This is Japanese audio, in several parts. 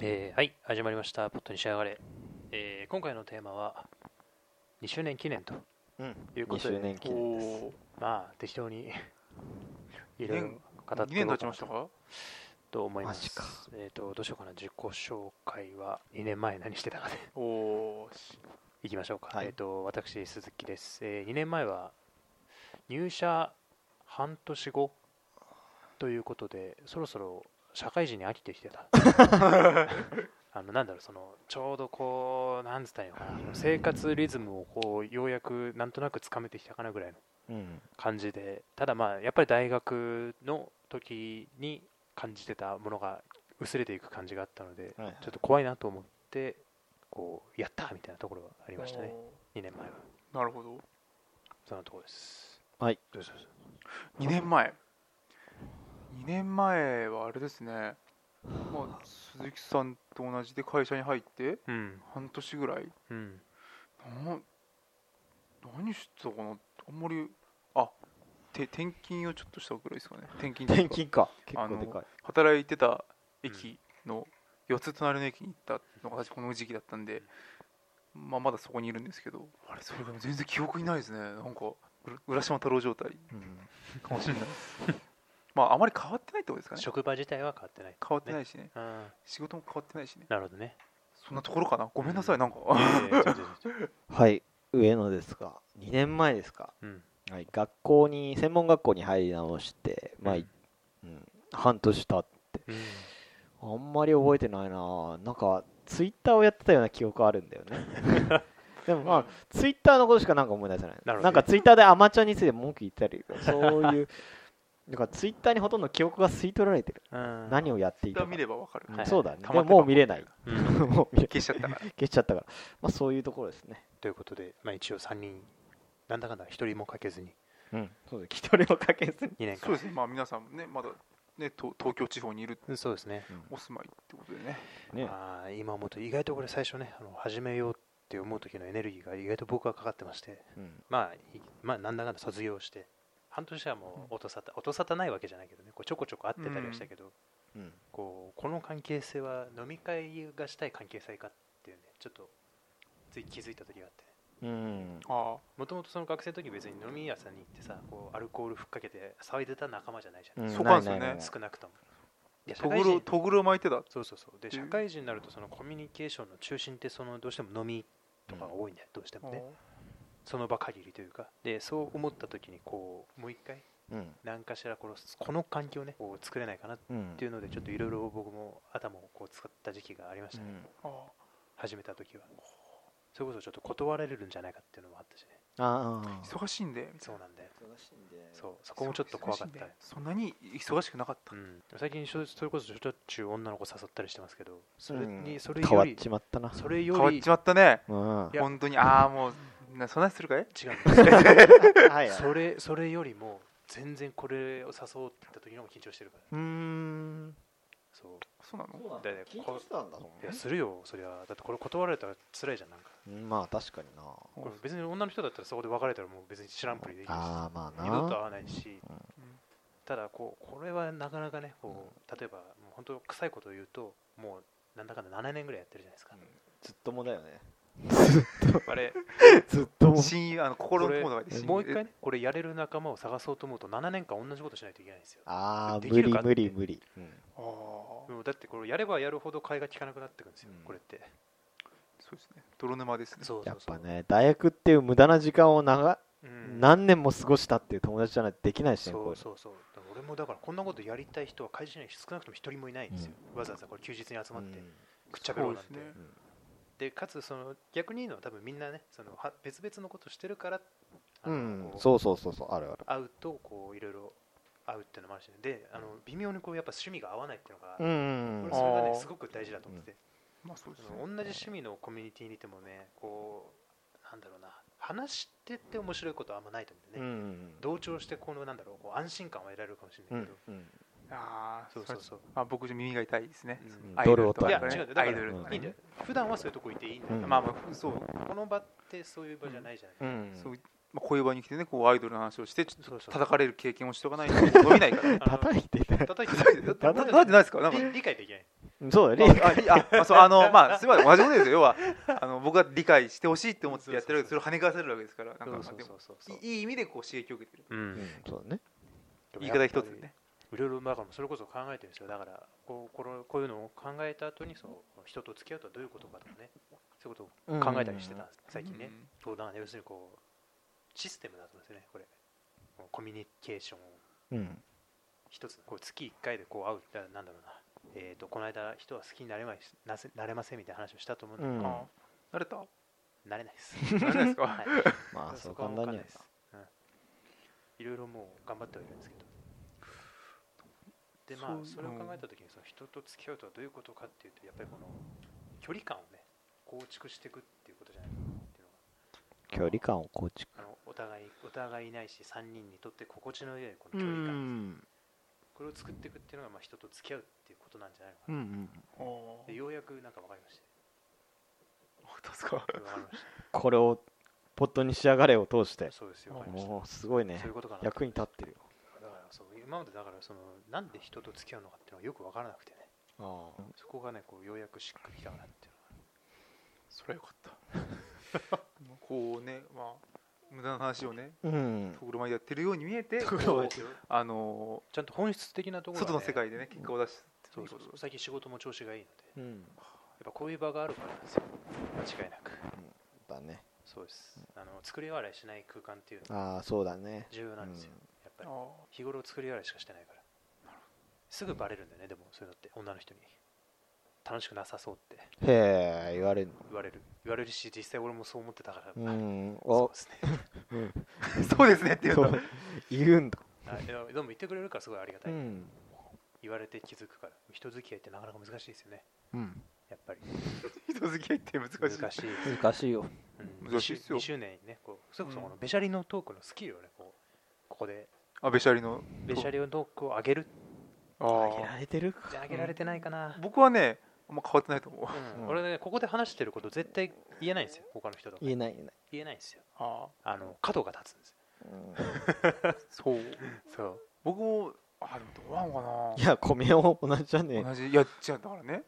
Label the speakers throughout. Speaker 1: えーはい始まりました「ポットに仕上がれ」えー今回のテーマは2周年記念と
Speaker 2: うん、
Speaker 1: いうこと
Speaker 2: 2周
Speaker 1: で
Speaker 2: 年記念です。
Speaker 1: まあ適当にいろいろ
Speaker 3: 年
Speaker 1: 語っ
Speaker 3: 2
Speaker 1: ていこ
Speaker 3: 年経
Speaker 1: う
Speaker 3: ちましたか
Speaker 1: と思いま
Speaker 2: マジ
Speaker 1: す
Speaker 2: か
Speaker 1: えっ、とどうしようかな自己紹介は2年前何してたかで
Speaker 3: おーし
Speaker 1: いきましょうか、
Speaker 2: はい
Speaker 1: えっ、と私鈴木です、え2年前は入社半年後ということでそろそろ社会人に飽きてきて たあのなんだろうそのちょうどこうなんつったらいいのかな生活リズムをこうようやくなんとなくつかめてきたかなぐらいの
Speaker 2: うん、
Speaker 1: 感じでただまあやっぱり大学の時に感じてたものが薄れていく感じがあったので
Speaker 2: はいはい
Speaker 1: ちょっと怖いなと思ってこうやったみたいなところがありましたね2年前は
Speaker 3: おーなるほど
Speaker 1: そのところです
Speaker 2: はい
Speaker 1: どうぞどうぞ
Speaker 3: 2年前2年前はあれですね、まあ、鈴木さんと同じで会社に入って
Speaker 1: うん
Speaker 3: 半年ぐらい
Speaker 1: うん
Speaker 3: な何してたかなあんまりあて転勤をちょっとしたぐらいですかね転勤という
Speaker 2: 転
Speaker 3: か
Speaker 2: 勤か結
Speaker 3: あ
Speaker 2: 構
Speaker 3: の
Speaker 2: でかい
Speaker 3: 働いてた駅の4つ隣の駅に行ったのが私この時期だったんで、まあ、まだそこにいるんですけどあれそれが全然記憶にないですねなんかうら浦島太郎状態
Speaker 2: うん
Speaker 3: かもしれない まああまり変わってないってことですかね
Speaker 1: 職場自体は変わってない
Speaker 3: 変わってないしね
Speaker 1: ああ
Speaker 3: 仕事も変わってないしね
Speaker 1: なるほどね
Speaker 3: そんなところかなごめんなさいなんか
Speaker 1: いやいや違う違う違う
Speaker 2: はい上野ですが2年前ですか、
Speaker 1: うん
Speaker 2: はい、学校に専門学校に入り直してまあ、いうん、半年経って
Speaker 1: うん
Speaker 2: あんまり覚えてないななんかツイッターをやってたような記憶あるんだよねでもまあツイッターのことしかなんか思い出せない
Speaker 1: なるほどね
Speaker 2: んかツイッターでアマチュアについて文句言ったりそういうなんかツイッターにほとんど記憶が吸い取られてる、
Speaker 1: うん
Speaker 2: 何をやっていた
Speaker 3: 歌
Speaker 2: か
Speaker 3: 見ればわかる、
Speaker 2: うん
Speaker 1: はい
Speaker 2: そうだね
Speaker 3: 溜
Speaker 2: でも
Speaker 3: まってた
Speaker 2: もう見れない
Speaker 1: うん
Speaker 2: もう見れ
Speaker 3: 消しちゃった から
Speaker 2: 消しちゃったから、まあ、そういうところですね。
Speaker 1: ということでまあ一応3人なんだかんだ1人もかけずに
Speaker 2: うん、そうです。一人もかけずに。
Speaker 1: 2年
Speaker 3: そ
Speaker 1: 間
Speaker 3: うですねまあ皆さんもねまだね東東京地方にいる
Speaker 1: うんそうですね
Speaker 3: お住まいってことでね
Speaker 2: ね、
Speaker 1: まあ、今思うと意外とこれ最初ねあの始めようって思う時のエネルギーが意外と僕はかかってまして
Speaker 2: うん、
Speaker 1: まあ、いまあ、なんだかんだ卒業して半年はもう音沙汰音沙汰ないわけじゃないけどねこうちょこちょこ会ってたりはしたけど、
Speaker 2: うん、
Speaker 1: こうこの関係性は飲み会がしたい関係性かっていうねちょっとつい気づいた時があって
Speaker 2: うん、
Speaker 3: ああ
Speaker 1: もともとその学生の時別に飲み屋さんに行ってさこうアルコールふっかけて騒いでた仲間じゃないじゃん、
Speaker 2: うん
Speaker 3: そうなんですよね
Speaker 2: ないないない
Speaker 1: 少なくとも。いや社
Speaker 3: ト
Speaker 1: 会
Speaker 3: グロ
Speaker 1: 人
Speaker 3: トグロ巻いてた
Speaker 1: そうそうそうで
Speaker 3: てい
Speaker 1: 社
Speaker 3: う
Speaker 1: 会人になるとそのコミュニケーションの中心ってそのどうしても飲みとかが多いんだよ、どうしてもねその場限りというかでそう思った時にこうもう一回
Speaker 2: うん、
Speaker 1: 何かしらこのこの環境をねこう作れないかなっ
Speaker 2: うん
Speaker 1: ていうのでちょっといろいろ僕も頭をこう使った時期がありましたね、
Speaker 3: ああ
Speaker 1: 始めた時はそれこそちょっと断られるんじゃないかっていうのもあったしね
Speaker 2: ああ、
Speaker 3: 忙しいんでみたいな
Speaker 1: そうなんだよ
Speaker 2: 忙しいんで
Speaker 1: そうそこもちょっと怖かっ
Speaker 3: 忙しいん
Speaker 1: た
Speaker 3: でそんなに忙しくなかった、
Speaker 1: うん、最近しょそれこそしょっちゅう女の子誘ったりしてますけどそれに、それ
Speaker 2: 変わ
Speaker 1: よ
Speaker 2: っ
Speaker 1: り
Speaker 2: ちまったな。
Speaker 1: それ
Speaker 3: 変
Speaker 1: よ
Speaker 3: わっ
Speaker 1: り
Speaker 3: ちまったね
Speaker 2: うん、はい
Speaker 1: や
Speaker 3: 本当にああもうなそんなにするかい
Speaker 1: 違うんです
Speaker 2: はい。
Speaker 1: それそれよりも全然これを誘った時の方が緊張してるから
Speaker 2: うーん。
Speaker 1: そう
Speaker 3: そうなの
Speaker 1: だねこ
Speaker 2: てたんだも
Speaker 1: いやするよそりゃだってこれ断られたら辛いじゃんなんか
Speaker 2: ん。まあ確かにな。
Speaker 1: これ別に女の人だったらそこで別れたらもう別に知らんぷりでいいし
Speaker 2: ああまあ
Speaker 1: 二度と会
Speaker 2: な。
Speaker 1: わないしただこうこれはなかなかねこう例えばもう本当臭いことを言うともうなんだかんだ7年ぐらいやってるじゃないですか、
Speaker 2: ずっともだよね。
Speaker 1: あれ
Speaker 2: ずっとも。
Speaker 3: 親友あの心の友達で親友
Speaker 1: もう一回ねこれやれる仲間を探そうと思うと7年間同じことしないといけないんですよ
Speaker 2: ああ
Speaker 1: で
Speaker 2: 無
Speaker 1: き
Speaker 2: 理
Speaker 1: るか
Speaker 2: 無理無理。うん
Speaker 3: ああ
Speaker 1: もうだってこれやればやるほど替えが利かなくなってくるんですよ、
Speaker 2: うん
Speaker 1: これって
Speaker 3: そうですね泥沼ですね
Speaker 1: そうそうそう
Speaker 2: やっぱね大学っていう無駄な時間を長
Speaker 1: うん
Speaker 2: 何年も過ごしたっていう友達じゃないとできないしね。
Speaker 1: そ
Speaker 2: こ
Speaker 1: うそうそうだから俺もだからこんなことやりたい人は会社に少なくとも一人もいないんですよ、わざわざこれ休日に集
Speaker 2: う
Speaker 1: ま
Speaker 2: いう
Speaker 1: っ
Speaker 2: の
Speaker 1: てくっちゃべろうなんて、
Speaker 3: そうですね
Speaker 2: うん
Speaker 1: でかつその逆に言うのは多分みんなねそのは別々のことしてるからあ
Speaker 2: う
Speaker 1: の
Speaker 2: ん
Speaker 1: こ、う
Speaker 2: そうそうそうそう、あるある。
Speaker 1: 会うとこういろいろ会うっていうのもあるし、ね、であの微妙にこうやっぱ趣味が合わないっていうのが、
Speaker 2: う
Speaker 1: こ
Speaker 2: ん
Speaker 1: れそれが
Speaker 3: あ
Speaker 1: ね
Speaker 3: ー
Speaker 1: すごく大事だと思ってて、
Speaker 3: まあそうです
Speaker 1: その
Speaker 3: ね
Speaker 1: 同じ趣味のコミュニティにいてもねこうなんだろうな話してって面白いことはあんまないと思うんだ
Speaker 2: う
Speaker 1: よね、
Speaker 2: ん。
Speaker 1: 同調してこのなんだろうこう安心感は得られるかもしれないけど、
Speaker 3: ああ
Speaker 1: そうそうそう
Speaker 3: あ僕じゃ耳が痛いですね
Speaker 1: うん
Speaker 2: ん
Speaker 3: アイドルとか
Speaker 1: い
Speaker 2: 泥
Speaker 1: や
Speaker 2: を叩
Speaker 1: 違
Speaker 3: ね
Speaker 1: うだか
Speaker 3: ア
Speaker 1: ら
Speaker 3: イドルとか
Speaker 1: いいんだよ普段はそういうとこいていいんだよ、
Speaker 2: うん
Speaker 3: まあまあそう
Speaker 1: この場ってそういう場じゃないじゃない、
Speaker 2: うん
Speaker 3: そうまあこういう場に来てねこうアイドルの話をしてちょっ
Speaker 1: そうそ
Speaker 3: と
Speaker 1: う
Speaker 3: 叩かれ る経験をしておかないと伸びないから
Speaker 1: あの
Speaker 2: 叩いてた。
Speaker 1: 叩いて
Speaker 3: 叩いてないですかなんか
Speaker 1: 理理解できない
Speaker 2: そうだよね
Speaker 3: あいああそうあのまあすごい同じことですよ要はあの僕が理解してほしいって思ってやってるわけでそれを跳ね返されるわけですからなんか
Speaker 1: そう
Speaker 3: まあ
Speaker 1: そう
Speaker 3: で
Speaker 1: そうそうそ
Speaker 3: も
Speaker 1: う
Speaker 3: いいい意味でこう刺激を受けてる
Speaker 1: う
Speaker 2: うんんそうだね
Speaker 1: でも
Speaker 3: 言い
Speaker 1: やっ
Speaker 3: 方
Speaker 1: ぱり
Speaker 3: 一つでね
Speaker 1: いろいろだからそれこそ考えてるんですよだからこうこれこういうのを考えた後にその人と付き合うとはどういうことかとかねそういうことを考えたりしてたんです最近ね、
Speaker 3: うん
Speaker 1: そうだから要するにこうシステムだと思うんですよねこれコミュニケーションを
Speaker 2: うん
Speaker 1: 一つこう月1回でこう会うだなんだろうなえー、とこの間人は好きになれまいなせなれませんみたいな話をしたと思うんだけ
Speaker 2: うん
Speaker 1: ど、
Speaker 3: あ慣れた
Speaker 1: なれないです。
Speaker 3: 慣れないですか、
Speaker 1: はい
Speaker 2: まあそ
Speaker 1: そうこは
Speaker 2: 簡
Speaker 1: もうわかんな
Speaker 2: 単にはい
Speaker 1: です。うんいろいろもう頑張ってはいるんですけど。でまあ
Speaker 3: そう
Speaker 1: それを考
Speaker 3: うん
Speaker 1: えた時にその人と付き合うとはどういうことかっていうとやっぱりこの距離感をね構築していくっていうことじゃないかなっていう
Speaker 2: 距離感を構築
Speaker 1: のがあのお互いお互いいないし3人にとって心地の良いこの距離感これを作っていくっていうのがまあ人と付き合うっていうことなんじゃないのか
Speaker 2: う
Speaker 1: な。
Speaker 2: ん
Speaker 3: あー
Speaker 1: でようやくなんか分かりまし
Speaker 3: 本当ですか
Speaker 1: た。分かりま し。
Speaker 2: これをポットに仕上がれを通したて
Speaker 1: そうですよ。わかりました
Speaker 2: もうすごいね
Speaker 1: そういうことかなと
Speaker 2: 役に立ってるよ
Speaker 1: だからそう今までだからそのなんで人と付き合うのかっていうのはよく分からなくてね
Speaker 2: ああ
Speaker 1: そこがねこうようやくしっくりきたかなっていう
Speaker 3: それはよかったこうねまあ無駄な話をね
Speaker 2: うん
Speaker 3: ところまでやってるように見えて
Speaker 1: のが
Speaker 3: こうあの
Speaker 1: ちゃんと本質的なところがね、
Speaker 3: 外の世界でね結果を出す
Speaker 1: そうそうそう最近仕事も調子がいいのでや
Speaker 2: うん
Speaker 1: っぱこういう場があるからなんですよ間違いなく
Speaker 2: だね
Speaker 1: そうですあの作り笑いしない空間っていうのが
Speaker 2: ああそうだね
Speaker 1: 重要なんですよ、やっぱり
Speaker 3: あ
Speaker 1: 日頃作り笑いしかしてないからすぐバレるんだよねでもそういうのって女の人に楽しくなさそうって
Speaker 2: へえ言われる
Speaker 1: 言われる言われるし実際俺もそう思ってたから、
Speaker 2: うん
Speaker 1: そう
Speaker 2: お
Speaker 1: ですね
Speaker 3: ーそうですねっていう
Speaker 2: そ
Speaker 3: と
Speaker 2: う言うんだ
Speaker 1: はいでもでも言ってくれるからすごいありがた
Speaker 2: う
Speaker 1: い、
Speaker 2: ん
Speaker 1: 言われて気づくから人付き合いってなかなか難しいですよね
Speaker 2: うん
Speaker 1: やっぱり
Speaker 3: 人付き合いって難しい
Speaker 1: 難しい、
Speaker 2: 難しいよ
Speaker 1: うん、
Speaker 3: 難しいっすよ
Speaker 1: 2周年にねこうそれこそこ
Speaker 3: う
Speaker 1: の
Speaker 3: ん
Speaker 1: ベシャリのトークのスキルをねこうここで
Speaker 3: あべしゃりの
Speaker 1: ベシャリのトークを上げる
Speaker 3: あ
Speaker 2: あげ
Speaker 3: ー
Speaker 2: られてるか
Speaker 1: 上げられてないかな、
Speaker 3: 僕はねあんま変わってないと思う
Speaker 1: うん
Speaker 2: うん
Speaker 1: 俺ねここで話してること絶対言えないんですよ他の人とか
Speaker 2: 言えない言えない
Speaker 1: 言えないんですよ
Speaker 3: あ
Speaker 1: あの角が立つんです
Speaker 3: ーそう
Speaker 1: よそう
Speaker 3: 僕もあでもどうなのかない
Speaker 2: や米を同じじゃね
Speaker 3: 同じいや違うんだからね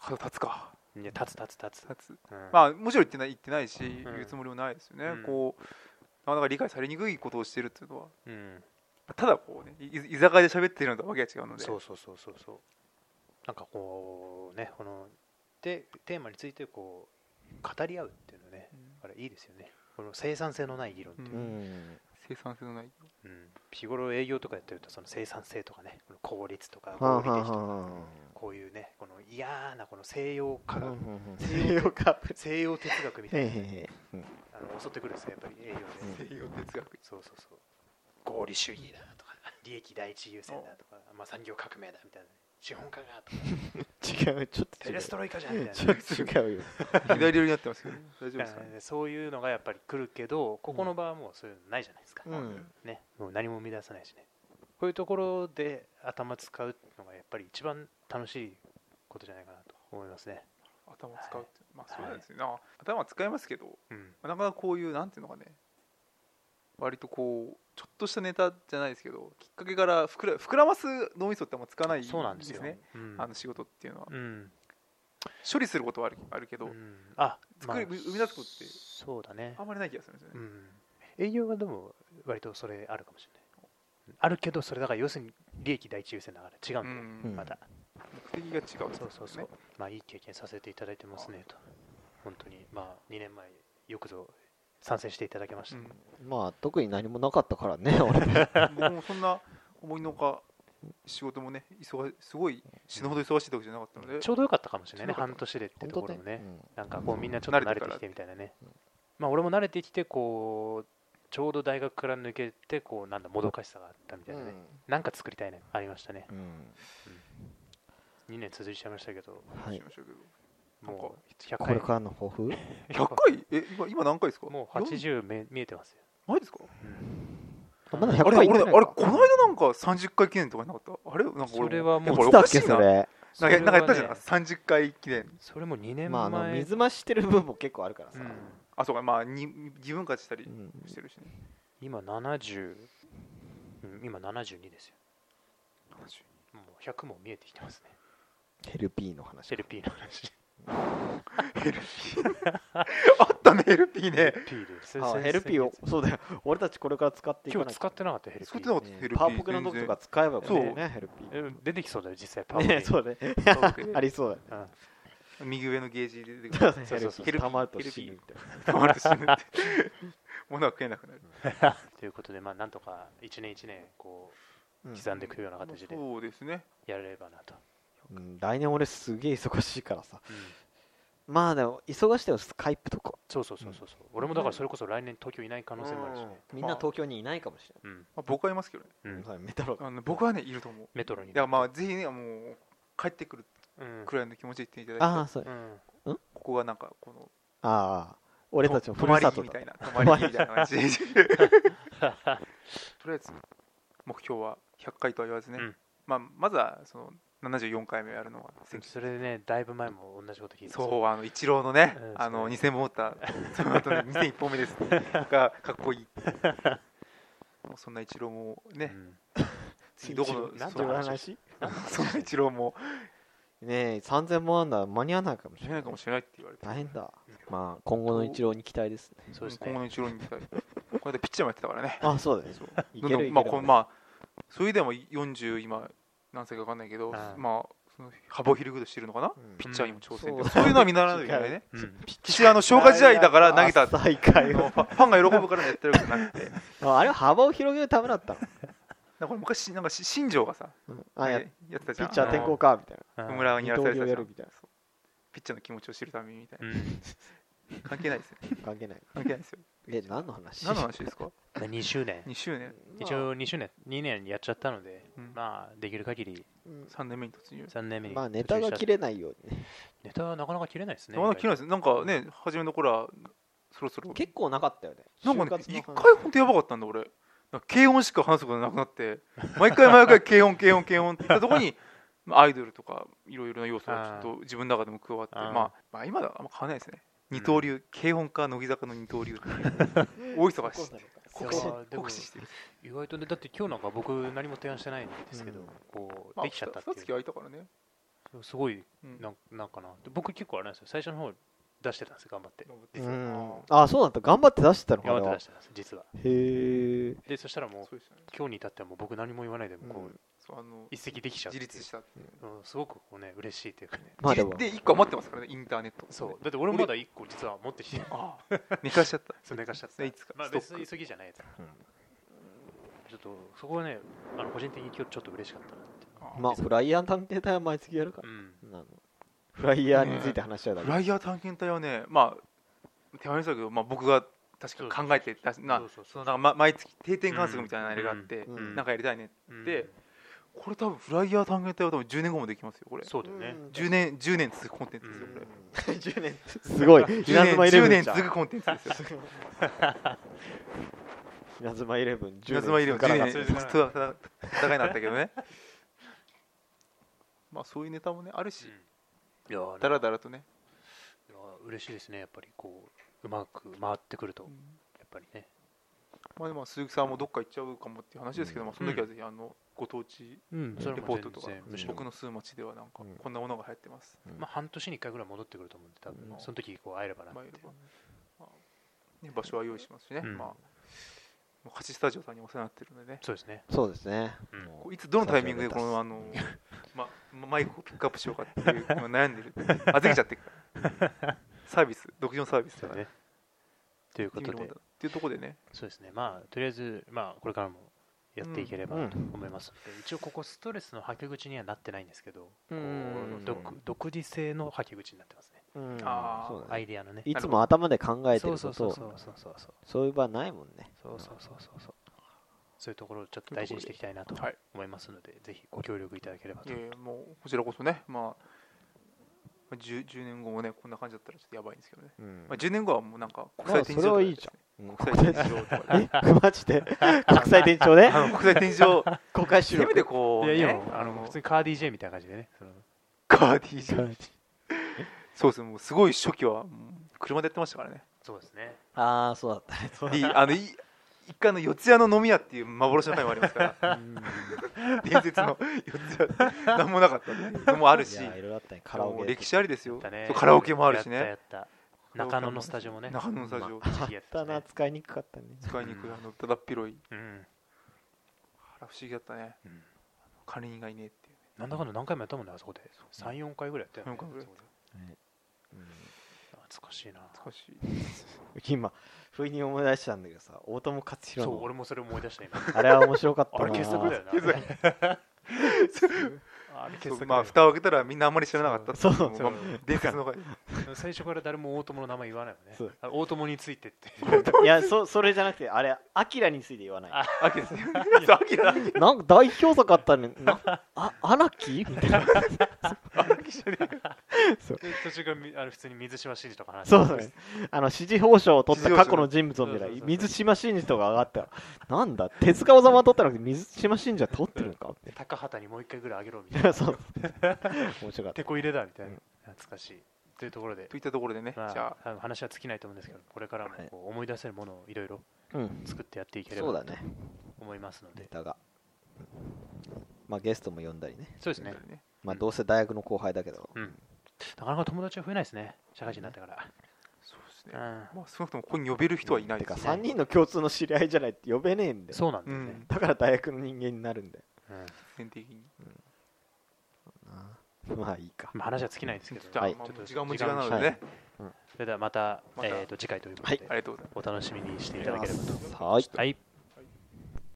Speaker 3: 肩立つか
Speaker 1: いや立つ立つ立つ、
Speaker 3: 立つ
Speaker 1: うん
Speaker 3: まあもちろん言ってない言ってないし、
Speaker 1: ん
Speaker 3: 言うつもりもないですよね、
Speaker 1: うん
Speaker 3: こうなかなか理解されにくいことをしてるっていうのは
Speaker 1: うん、
Speaker 3: ただこうねい居酒屋で喋ってるのとわけが違うので
Speaker 1: そうそうそうそうそうなんかこうねこのでテーマについてこう語り合うっていうのね
Speaker 3: うん
Speaker 1: あれいいですよねこの生産性のない議論っていう
Speaker 2: えうん
Speaker 3: 生産性のない
Speaker 1: うん、日頃営業とかやってるとその生産性とかねこの効率とか
Speaker 2: はあ
Speaker 1: 合
Speaker 2: は
Speaker 1: 理的
Speaker 2: あ
Speaker 1: とか
Speaker 2: は
Speaker 1: こういうねこの嫌なこの西洋
Speaker 2: あ
Speaker 1: 科 学、
Speaker 2: うん
Speaker 1: 西洋
Speaker 2: かぶ
Speaker 1: 西洋哲学みた
Speaker 2: へ
Speaker 1: い
Speaker 2: へ
Speaker 1: な
Speaker 2: へ
Speaker 1: あの襲ってくるんですよやっぱり営業で、
Speaker 3: 西洋哲学
Speaker 1: そうそうそう合理主義だとか利益第一優先だとか、まあ、産業革命だみたいな資本家がとか
Speaker 2: 違うちょっと
Speaker 1: テ
Speaker 2: 違
Speaker 1: レ
Speaker 2: う
Speaker 1: ストロイカじゃんみたいな
Speaker 2: ちょっと違うよ
Speaker 3: 左寄りになってますけど、ね、大
Speaker 1: だ
Speaker 3: 丈夫で
Speaker 1: か
Speaker 3: す
Speaker 1: ら
Speaker 3: か、ね、
Speaker 1: ねそういうのがやっぱり来るけどここの場はもうそういうのないじゃないですか、
Speaker 2: うん
Speaker 1: ね、もう何も生み出さないしねこういうところで頭使うのがやっぱり一番楽しいことじゃないかなと思いますね、
Speaker 3: 頭使うって、まあそうなんですよ、ね頭は使いますけど
Speaker 1: うん、
Speaker 3: なかなかこういうなんていうのかね割とこうちょっとしたネタじゃないですけどきっかけから膨ら膨らます脳みそってあんま使わない
Speaker 1: そうなんですよ
Speaker 3: ね、
Speaker 1: うん
Speaker 3: あの仕事っていうのは
Speaker 1: うん
Speaker 3: 処理することはあるあるけど、
Speaker 1: うんあ
Speaker 3: 作り生み出すことって
Speaker 1: そうだね
Speaker 3: あんまりない気がするんですよ
Speaker 1: う
Speaker 3: ね、
Speaker 1: ん営業はでも割とそれあるかもしれないあるけどそれだから要するに利益第一優先だから違うんだよ、
Speaker 3: うん
Speaker 2: うん
Speaker 1: また
Speaker 3: 目的が違うってことです
Speaker 1: そ
Speaker 3: ね
Speaker 1: うそうそう、まあいい経験させていただいてますねと本当にまあ2年前よくぞ参戦していただきました、
Speaker 3: うん
Speaker 2: まあ特に何もなかったからね俺
Speaker 3: 僕もそんな思いのほか仕事もね忙しすごい死ぬほど忙しい時じゃなかったので、
Speaker 1: ちょうどよかったかもしれないね
Speaker 3: ちょうど
Speaker 1: 半
Speaker 3: よかった
Speaker 1: 年でってところもね
Speaker 2: うん
Speaker 1: なんかこうみんなちょっと慣れ
Speaker 3: 慣れ
Speaker 1: て
Speaker 3: て
Speaker 1: き
Speaker 3: き
Speaker 1: て
Speaker 3: て
Speaker 1: みたいなね
Speaker 2: うん、
Speaker 1: まあ、俺も慣れてきてこうちょうど大学から抜けてこうなんだもどかしさがあったみたいなね、なんか作りたいねありましたね
Speaker 2: うん
Speaker 1: 2年続いちゃいましたけど
Speaker 2: はい
Speaker 3: しましょうけなんか
Speaker 1: もう100
Speaker 2: これ
Speaker 1: 回
Speaker 2: からの抱負
Speaker 3: ど100回え今今何回ですか
Speaker 1: もう80め見えてますよ、
Speaker 3: 4ないですか
Speaker 2: まだ
Speaker 1: あ
Speaker 2: 100
Speaker 1: の
Speaker 3: あ
Speaker 2: 回
Speaker 3: れ
Speaker 2: 行
Speaker 3: 俺
Speaker 2: って
Speaker 3: ね
Speaker 2: ないの
Speaker 3: あれ
Speaker 2: か
Speaker 3: この間なんか30回記念とかになかったあれなんか俺
Speaker 1: それはもう
Speaker 3: いやこ
Speaker 2: いつ
Speaker 3: れ
Speaker 2: だ
Speaker 3: お
Speaker 2: っ
Speaker 3: かし
Speaker 2: け
Speaker 3: いな
Speaker 2: そ
Speaker 3: なんか
Speaker 2: れ
Speaker 1: それは
Speaker 3: なんかやったじゃん、
Speaker 1: ね
Speaker 3: 30回記念
Speaker 1: それも2年前、
Speaker 2: まああの水増ししてる分も結構あるから
Speaker 1: う
Speaker 2: さ
Speaker 1: ん
Speaker 3: あそうかまあに自分勝ちしたり
Speaker 2: うん
Speaker 3: してるしね、
Speaker 1: 今70、うん、今72ですよ
Speaker 3: 70
Speaker 1: もう100も見えてきてますね
Speaker 2: ヘルピーの話
Speaker 1: LP の話
Speaker 3: LP あったね LP ね
Speaker 1: LP です
Speaker 2: あヘルピーをそうだよ俺たちこれから使っていか
Speaker 1: 今
Speaker 2: ない
Speaker 1: 日
Speaker 2: と
Speaker 1: 使ってなかったヘルピ
Speaker 3: 使って
Speaker 1: ー
Speaker 3: なかったヘルピー
Speaker 2: パワポケの時とか使えばよかったよねヘルピ
Speaker 1: え出てきそうだよ実際パワ
Speaker 2: ー
Speaker 1: ー
Speaker 2: ねそうだね ありそう
Speaker 1: うん
Speaker 3: 右上のゲージで出てく
Speaker 2: だ
Speaker 3: る
Speaker 2: ね
Speaker 1: そうそうそう
Speaker 2: ヘルピー溜まると死ぬみたいな
Speaker 3: 黙って死ぬって 物は食えなくなる
Speaker 1: ということでまあなんとか一年一年こ
Speaker 2: う
Speaker 1: うん刻んでいくような形で
Speaker 3: そうですね
Speaker 1: やれればなと、
Speaker 2: うん来年俺すげえ忙しいからさ
Speaker 1: うん
Speaker 2: まあでも忙しいでもスカイプとか
Speaker 1: そうそうそうそうそう俺もだからそれこそ来年東京いない可能性もあるしね
Speaker 2: みんな東京にいないかもしれ
Speaker 1: うん
Speaker 3: まあ僕はいますけどね
Speaker 1: うん
Speaker 2: ない、メタロ
Speaker 3: あの僕はねいると思う
Speaker 1: メトロに
Speaker 3: だからまあぜひねもう帰ってくる
Speaker 1: うん
Speaker 3: くらいの気持ちで言っていただいて
Speaker 2: ああそう
Speaker 1: う
Speaker 2: だ
Speaker 1: ん
Speaker 3: ここがなんかこの
Speaker 2: ああ俺たちのふ
Speaker 3: 泊
Speaker 2: る
Speaker 3: まり
Speaker 2: さ
Speaker 3: 木
Speaker 2: と
Speaker 3: み
Speaker 2: だ
Speaker 3: たいな泊まり木みたいな感じで とりあえず目標は100回とは言わずね、
Speaker 1: うん
Speaker 3: まあ、まずはその74回目をやるのは
Speaker 1: それでねだいぶ前も同じこと聞いてた
Speaker 3: そうあのイチローのね、
Speaker 1: うん
Speaker 3: あの
Speaker 1: そう
Speaker 3: 2000本打ったその後ね2001本目です がかっこいいもうそんなイチローも
Speaker 1: う
Speaker 3: ね、
Speaker 1: ん
Speaker 3: 次どこ
Speaker 1: イチロー
Speaker 3: の
Speaker 1: なん
Speaker 3: そ
Speaker 1: と
Speaker 3: う
Speaker 1: か
Speaker 2: 話
Speaker 3: そんなイチローも
Speaker 2: ねえ3000本アンダー間に合わないかもし
Speaker 3: 見
Speaker 2: れな
Speaker 3: えないいかもしれないって言われて
Speaker 2: 大変だまあ今後の一郎に期待ですね
Speaker 1: そうです
Speaker 3: 今後
Speaker 1: ね
Speaker 3: のイチローに行きたいこれでピッチャーもやってたからね
Speaker 2: あそうだね
Speaker 3: そう
Speaker 2: い
Speaker 3: な
Speaker 2: け
Speaker 3: ん
Speaker 2: る
Speaker 3: で
Speaker 2: い
Speaker 3: まあ
Speaker 2: け
Speaker 3: こ
Speaker 2: る
Speaker 3: うまあそれでも40今何歳か分かんないけど、
Speaker 1: うん
Speaker 3: まあその幅を広げるとしてるのかな、
Speaker 2: うん
Speaker 3: ピッチャーにも挑戦
Speaker 2: うん
Speaker 3: そういうのは見習わないといけないね
Speaker 1: うん
Speaker 3: 岸はあの消化試合だから投げたあ
Speaker 2: 最下位
Speaker 3: のファファンが喜ぶからやってるわけじゃなくて
Speaker 2: ああれは幅を広げるためだったの
Speaker 3: なんか昔なんかし新庄がさ
Speaker 2: うん
Speaker 3: あ
Speaker 2: あや
Speaker 3: れやってたじ
Speaker 2: ピ
Speaker 3: ゃん
Speaker 2: ッチャー転向かみたいな
Speaker 3: あ
Speaker 1: う
Speaker 3: の
Speaker 1: ん
Speaker 3: 野村にやらされてた
Speaker 2: 二刀流
Speaker 3: じゃ
Speaker 2: やる
Speaker 3: ん
Speaker 2: みたいな
Speaker 3: そうピッチャーの気持ちを知るためにみたいうなん関係ないですよ
Speaker 2: 関 係ない
Speaker 3: 関係ないですよ
Speaker 2: で何の話
Speaker 3: 何の話ですか
Speaker 1: 2周年
Speaker 3: 2周年
Speaker 1: 一応2周年2年やっちゃったので
Speaker 3: うん
Speaker 1: まあできる限り
Speaker 2: うん
Speaker 3: 3年目に 突入
Speaker 1: 3年目に
Speaker 2: まあネタが切れないようにね
Speaker 1: ネタはなかなか切れないですね
Speaker 3: なかなか切れないですなんかね初めの頃はそろそろ
Speaker 2: 結構なかったよね
Speaker 3: なんか
Speaker 2: 就
Speaker 3: ね
Speaker 2: 活の
Speaker 3: 一
Speaker 2: 話
Speaker 3: 回ほんとやばかったんだ俺なんか軽音しか話すことなくなって毎回毎回軽音軽音軽音って言ったとこに まあアイドルとかいろいろな要素がちょっと自分の中でも加わって
Speaker 1: うん
Speaker 3: まあ、まあ今だあんま変わらないですね二刀流、軽音か乃木坂の二刀 流大忙し
Speaker 1: そう
Speaker 3: 酷
Speaker 1: だ
Speaker 3: 使
Speaker 1: ろうでも
Speaker 3: 酷使してる
Speaker 1: 意外とねだって今日なんか僕何も提案してないんですけど、
Speaker 2: うん
Speaker 1: こう
Speaker 3: まあ
Speaker 1: できちゃったって
Speaker 3: 二月
Speaker 1: いう、
Speaker 3: 空いたからね、
Speaker 1: すごい
Speaker 3: うん
Speaker 1: なんなんかなで僕結構あれなんですよ最初の方出してたんですよ頑張って
Speaker 3: 頑張って
Speaker 2: う
Speaker 3: 実
Speaker 2: ん
Speaker 3: はあ
Speaker 2: あそうだった頑張って出してたのか
Speaker 1: 頑張って
Speaker 2: な
Speaker 1: 出してたんです実は
Speaker 2: へえ
Speaker 1: でそしたらも
Speaker 3: あ
Speaker 1: う
Speaker 3: そうでしたね
Speaker 1: 今日に至ってはもう僕何も言わないでもこう、
Speaker 2: うん
Speaker 3: そうあの
Speaker 1: 一席できちゃうって
Speaker 3: 自
Speaker 1: いう
Speaker 3: 立した
Speaker 1: うん、すごくこうね嬉しいというかね
Speaker 2: まあで
Speaker 3: 自
Speaker 2: も
Speaker 3: 立で一個余ってますからねインターネット
Speaker 1: そうだって俺もまだ1個実は持って きて
Speaker 3: ああ寝かしちゃった
Speaker 1: それ寝かしちゃっ
Speaker 3: それい
Speaker 1: て
Speaker 3: つか
Speaker 1: まあ
Speaker 3: ストッ
Speaker 1: 別
Speaker 3: ク
Speaker 1: に急ぎじゃないやつ
Speaker 2: うん
Speaker 1: ちょっとそこはねあの個人的に今日ちょっと嬉しかったなって
Speaker 2: まあフライヤー探偵隊は毎月やるから
Speaker 1: うん
Speaker 2: なのフライヤーについて話し合うだ
Speaker 3: フ
Speaker 2: け
Speaker 3: ライヤー探検隊はね、まあ、手前ですけど、まあ、僕が確か考えてたしな
Speaker 1: そうそう
Speaker 3: そ
Speaker 1: そう
Speaker 3: のなんかま毎月定点観測みたいなのがあって、
Speaker 2: うんうん
Speaker 3: なんかやりたいね、
Speaker 1: うん
Speaker 3: でこれ多分フライヤー探検隊は多分10年後もできますよこれ
Speaker 1: そうだよね、
Speaker 2: うん
Speaker 3: 10年 ,10 年続くコンテンツですよこれ、
Speaker 2: 10年すごい稲
Speaker 3: 10
Speaker 2: 妻イ
Speaker 3: 年
Speaker 2: レ
Speaker 3: 10
Speaker 2: ブン
Speaker 3: 年
Speaker 2: じゃん
Speaker 3: 続くコンテンツですよ
Speaker 2: 稲妻イレブン10
Speaker 3: 稲妻イレブン
Speaker 2: 続かなか
Speaker 3: 10
Speaker 1: そ
Speaker 2: った
Speaker 1: れ
Speaker 3: 年
Speaker 1: で
Speaker 3: ずっと戦戦いになったけどね まあそういうネタもねあるし
Speaker 1: いやー
Speaker 3: だらだらとね、
Speaker 1: いや嬉しいですね、やっぱりこう、うまく回ってくると、やっぱりね。
Speaker 3: まあ、でも鈴木さんもどっか行っちゃうかもっていう話ですけど、まあ、その時はぜひあのご当地
Speaker 1: うんそれ
Speaker 3: レポ
Speaker 1: も
Speaker 3: ートとか
Speaker 1: 全然むしろ、
Speaker 3: 僕の住む町ではなんか
Speaker 2: うん
Speaker 3: こんなものが流行ってます、
Speaker 1: まあ、半年に1回ぐらい戻ってくると思うんで、多分、
Speaker 2: うん
Speaker 1: その時こう会えればなって
Speaker 3: まあまあね場所は用意しますしね、
Speaker 1: うん
Speaker 3: まあもう勝ちスタジオさんにお世話になってるのでね
Speaker 1: そうですね。
Speaker 2: そうですね
Speaker 1: うん
Speaker 2: も
Speaker 3: こ
Speaker 2: う
Speaker 3: ういつどのタイミングでこのあの、ま、マイクをピックアップしようかっていう今悩んでる預けちゃってるからサービス独自のサービスだから、
Speaker 1: ねというこ
Speaker 3: 微
Speaker 1: と
Speaker 3: 妙
Speaker 1: で
Speaker 3: だ、っていうところでね
Speaker 1: そうですね、まあ、とりあえず、まあ、これからもやっていければ
Speaker 2: うん
Speaker 1: なと思いますので、一応、ここ、ストレスのはけ口にはなってないんですけど、
Speaker 2: うん
Speaker 1: こう独独自性のはけ口になってますね、
Speaker 2: うん
Speaker 3: あー
Speaker 2: そうだ
Speaker 1: ア
Speaker 2: ね
Speaker 1: イデアのね。
Speaker 2: いつも頭で考えて
Speaker 1: そ
Speaker 2: る
Speaker 1: うそ
Speaker 2: こと
Speaker 1: うそう
Speaker 2: を
Speaker 1: そうそうそうそう
Speaker 2: そういう場ないもんね
Speaker 1: そうそうそうそうそうそういうところをちょっと大事にしていきたいなと
Speaker 3: はい
Speaker 1: 思いますので、ぜひご協力いただければ
Speaker 3: い
Speaker 1: と
Speaker 3: やいやもうこちらこそねまあ 10, 10年後もねこんな感じだったらちょっとやばいんですけどね、
Speaker 2: うん
Speaker 3: まあ、10年後はもうなんか国
Speaker 2: まあ
Speaker 3: 際展示
Speaker 2: そ
Speaker 3: 場
Speaker 2: れ
Speaker 3: と
Speaker 2: はい
Speaker 3: か
Speaker 2: いじうん
Speaker 3: 国際展示場とかね
Speaker 2: え マジで国際店長ね
Speaker 3: あの国際展示場
Speaker 2: 公開
Speaker 3: せ
Speaker 2: 収
Speaker 3: め
Speaker 2: 録
Speaker 3: てこう、ね、
Speaker 1: いや、今、
Speaker 3: あ
Speaker 1: あ
Speaker 3: の
Speaker 1: の、普通にカー DJ みたいな感じでね。その
Speaker 3: カーディーそうですね、もうすごい初期はもう車でやってましたからね。
Speaker 1: そうですね。
Speaker 2: ああそうだったね
Speaker 3: リあのい一回あの四谷の飲み屋っていう幻の会もありますから 伝説の四谷何もなかったっていうのもある
Speaker 2: い
Speaker 3: し
Speaker 2: やいろいろあったねカラオ
Speaker 3: もう
Speaker 2: ケ
Speaker 3: 歴史ありですよ
Speaker 1: だね
Speaker 3: そうカラオケもあるし
Speaker 1: や
Speaker 3: ね
Speaker 1: ったやった中野のスタジオもね
Speaker 3: 中野のスタジオ
Speaker 1: まあ一時期やって
Speaker 2: だ
Speaker 1: た
Speaker 2: な
Speaker 1: ね
Speaker 2: 使いにくかったね
Speaker 3: 使いにくいあのただっ広い
Speaker 1: うん
Speaker 3: あら不思議だったね
Speaker 1: うん
Speaker 3: 管理人がいねえっていう
Speaker 1: なんだかんだ何回もやったもんねあそこで34回ぐらいやったよね
Speaker 3: 34回ぐらいやっ
Speaker 2: うん
Speaker 1: 懐かしいな
Speaker 3: 懐かしい
Speaker 2: 今不意に思い出したんだけどさ大友克
Speaker 1: そ
Speaker 2: 洋
Speaker 1: う
Speaker 2: の
Speaker 1: 俺もそれ思い出した今
Speaker 2: あれは面白かった
Speaker 1: あ
Speaker 2: な
Speaker 1: れ傑作だよな
Speaker 3: 傑作
Speaker 1: あれ傑
Speaker 3: そう
Speaker 1: 作
Speaker 3: まあ
Speaker 1: だよ
Speaker 3: 蓋を開けたらみんなあんまり知らなかったってい
Speaker 2: そう
Speaker 3: もまあ伝説の回
Speaker 1: 最初から誰も大友の名前言わないもんね
Speaker 2: そう
Speaker 1: あ大友についてって
Speaker 2: いやそそれじゃなくてあれアキラについて言わない
Speaker 1: あ
Speaker 3: 秋ですねそう秋だ秋
Speaker 2: なんか代表作 あったねなあ荒木みたいな
Speaker 3: じゃねえ
Speaker 1: で途中からみあの普通に水島新司とか話して
Speaker 2: そうだねあの支持報奨を取った過去の人物を見たら
Speaker 1: 支持報奨
Speaker 2: 水島真司とか上がったらなんだ手塚治虫は取ったのに水島真司は取ってるのかって
Speaker 1: 高畑にもう一回ぐらいあげろみたい な
Speaker 2: そう面白かった
Speaker 1: てこ入れだみたいな
Speaker 2: うん
Speaker 1: 懐かしいというところで
Speaker 3: といったところでねじ
Speaker 1: まあ
Speaker 3: ゃあ
Speaker 1: 多分話は尽きないと思うんですけどこれからもこう思い出せるものをいろいろ
Speaker 2: うん
Speaker 1: 作ってやっていけれ
Speaker 2: そう
Speaker 1: ば
Speaker 2: だ
Speaker 1: と
Speaker 2: ね
Speaker 1: 思いますので
Speaker 2: ネタがまあゲストも呼んだりね
Speaker 1: そうですね
Speaker 2: まあどうせ大学の後輩だけど
Speaker 1: うんなかなか友達は増えないですね社会人になってか
Speaker 3: そうですね
Speaker 1: ら
Speaker 3: まあ少なくともここに呼べる人はいない
Speaker 2: て
Speaker 3: で
Speaker 2: か
Speaker 3: すね
Speaker 2: 3人の共通の知り合いじゃないって呼べねえん
Speaker 1: うん
Speaker 2: だよ
Speaker 1: そうなんだよね
Speaker 2: だから大学の人間になるんだよ
Speaker 1: うん
Speaker 3: 必然的に
Speaker 2: まあいいか
Speaker 1: まあ話は尽きないですけど
Speaker 3: じゃあ
Speaker 2: はい
Speaker 3: まあ
Speaker 1: ちょっと
Speaker 3: 時間も時間なのでね
Speaker 1: それではまた
Speaker 3: また
Speaker 1: えーと次回ということで
Speaker 3: ありがとうございます
Speaker 1: お楽しみにしていただければと
Speaker 2: はい
Speaker 1: はい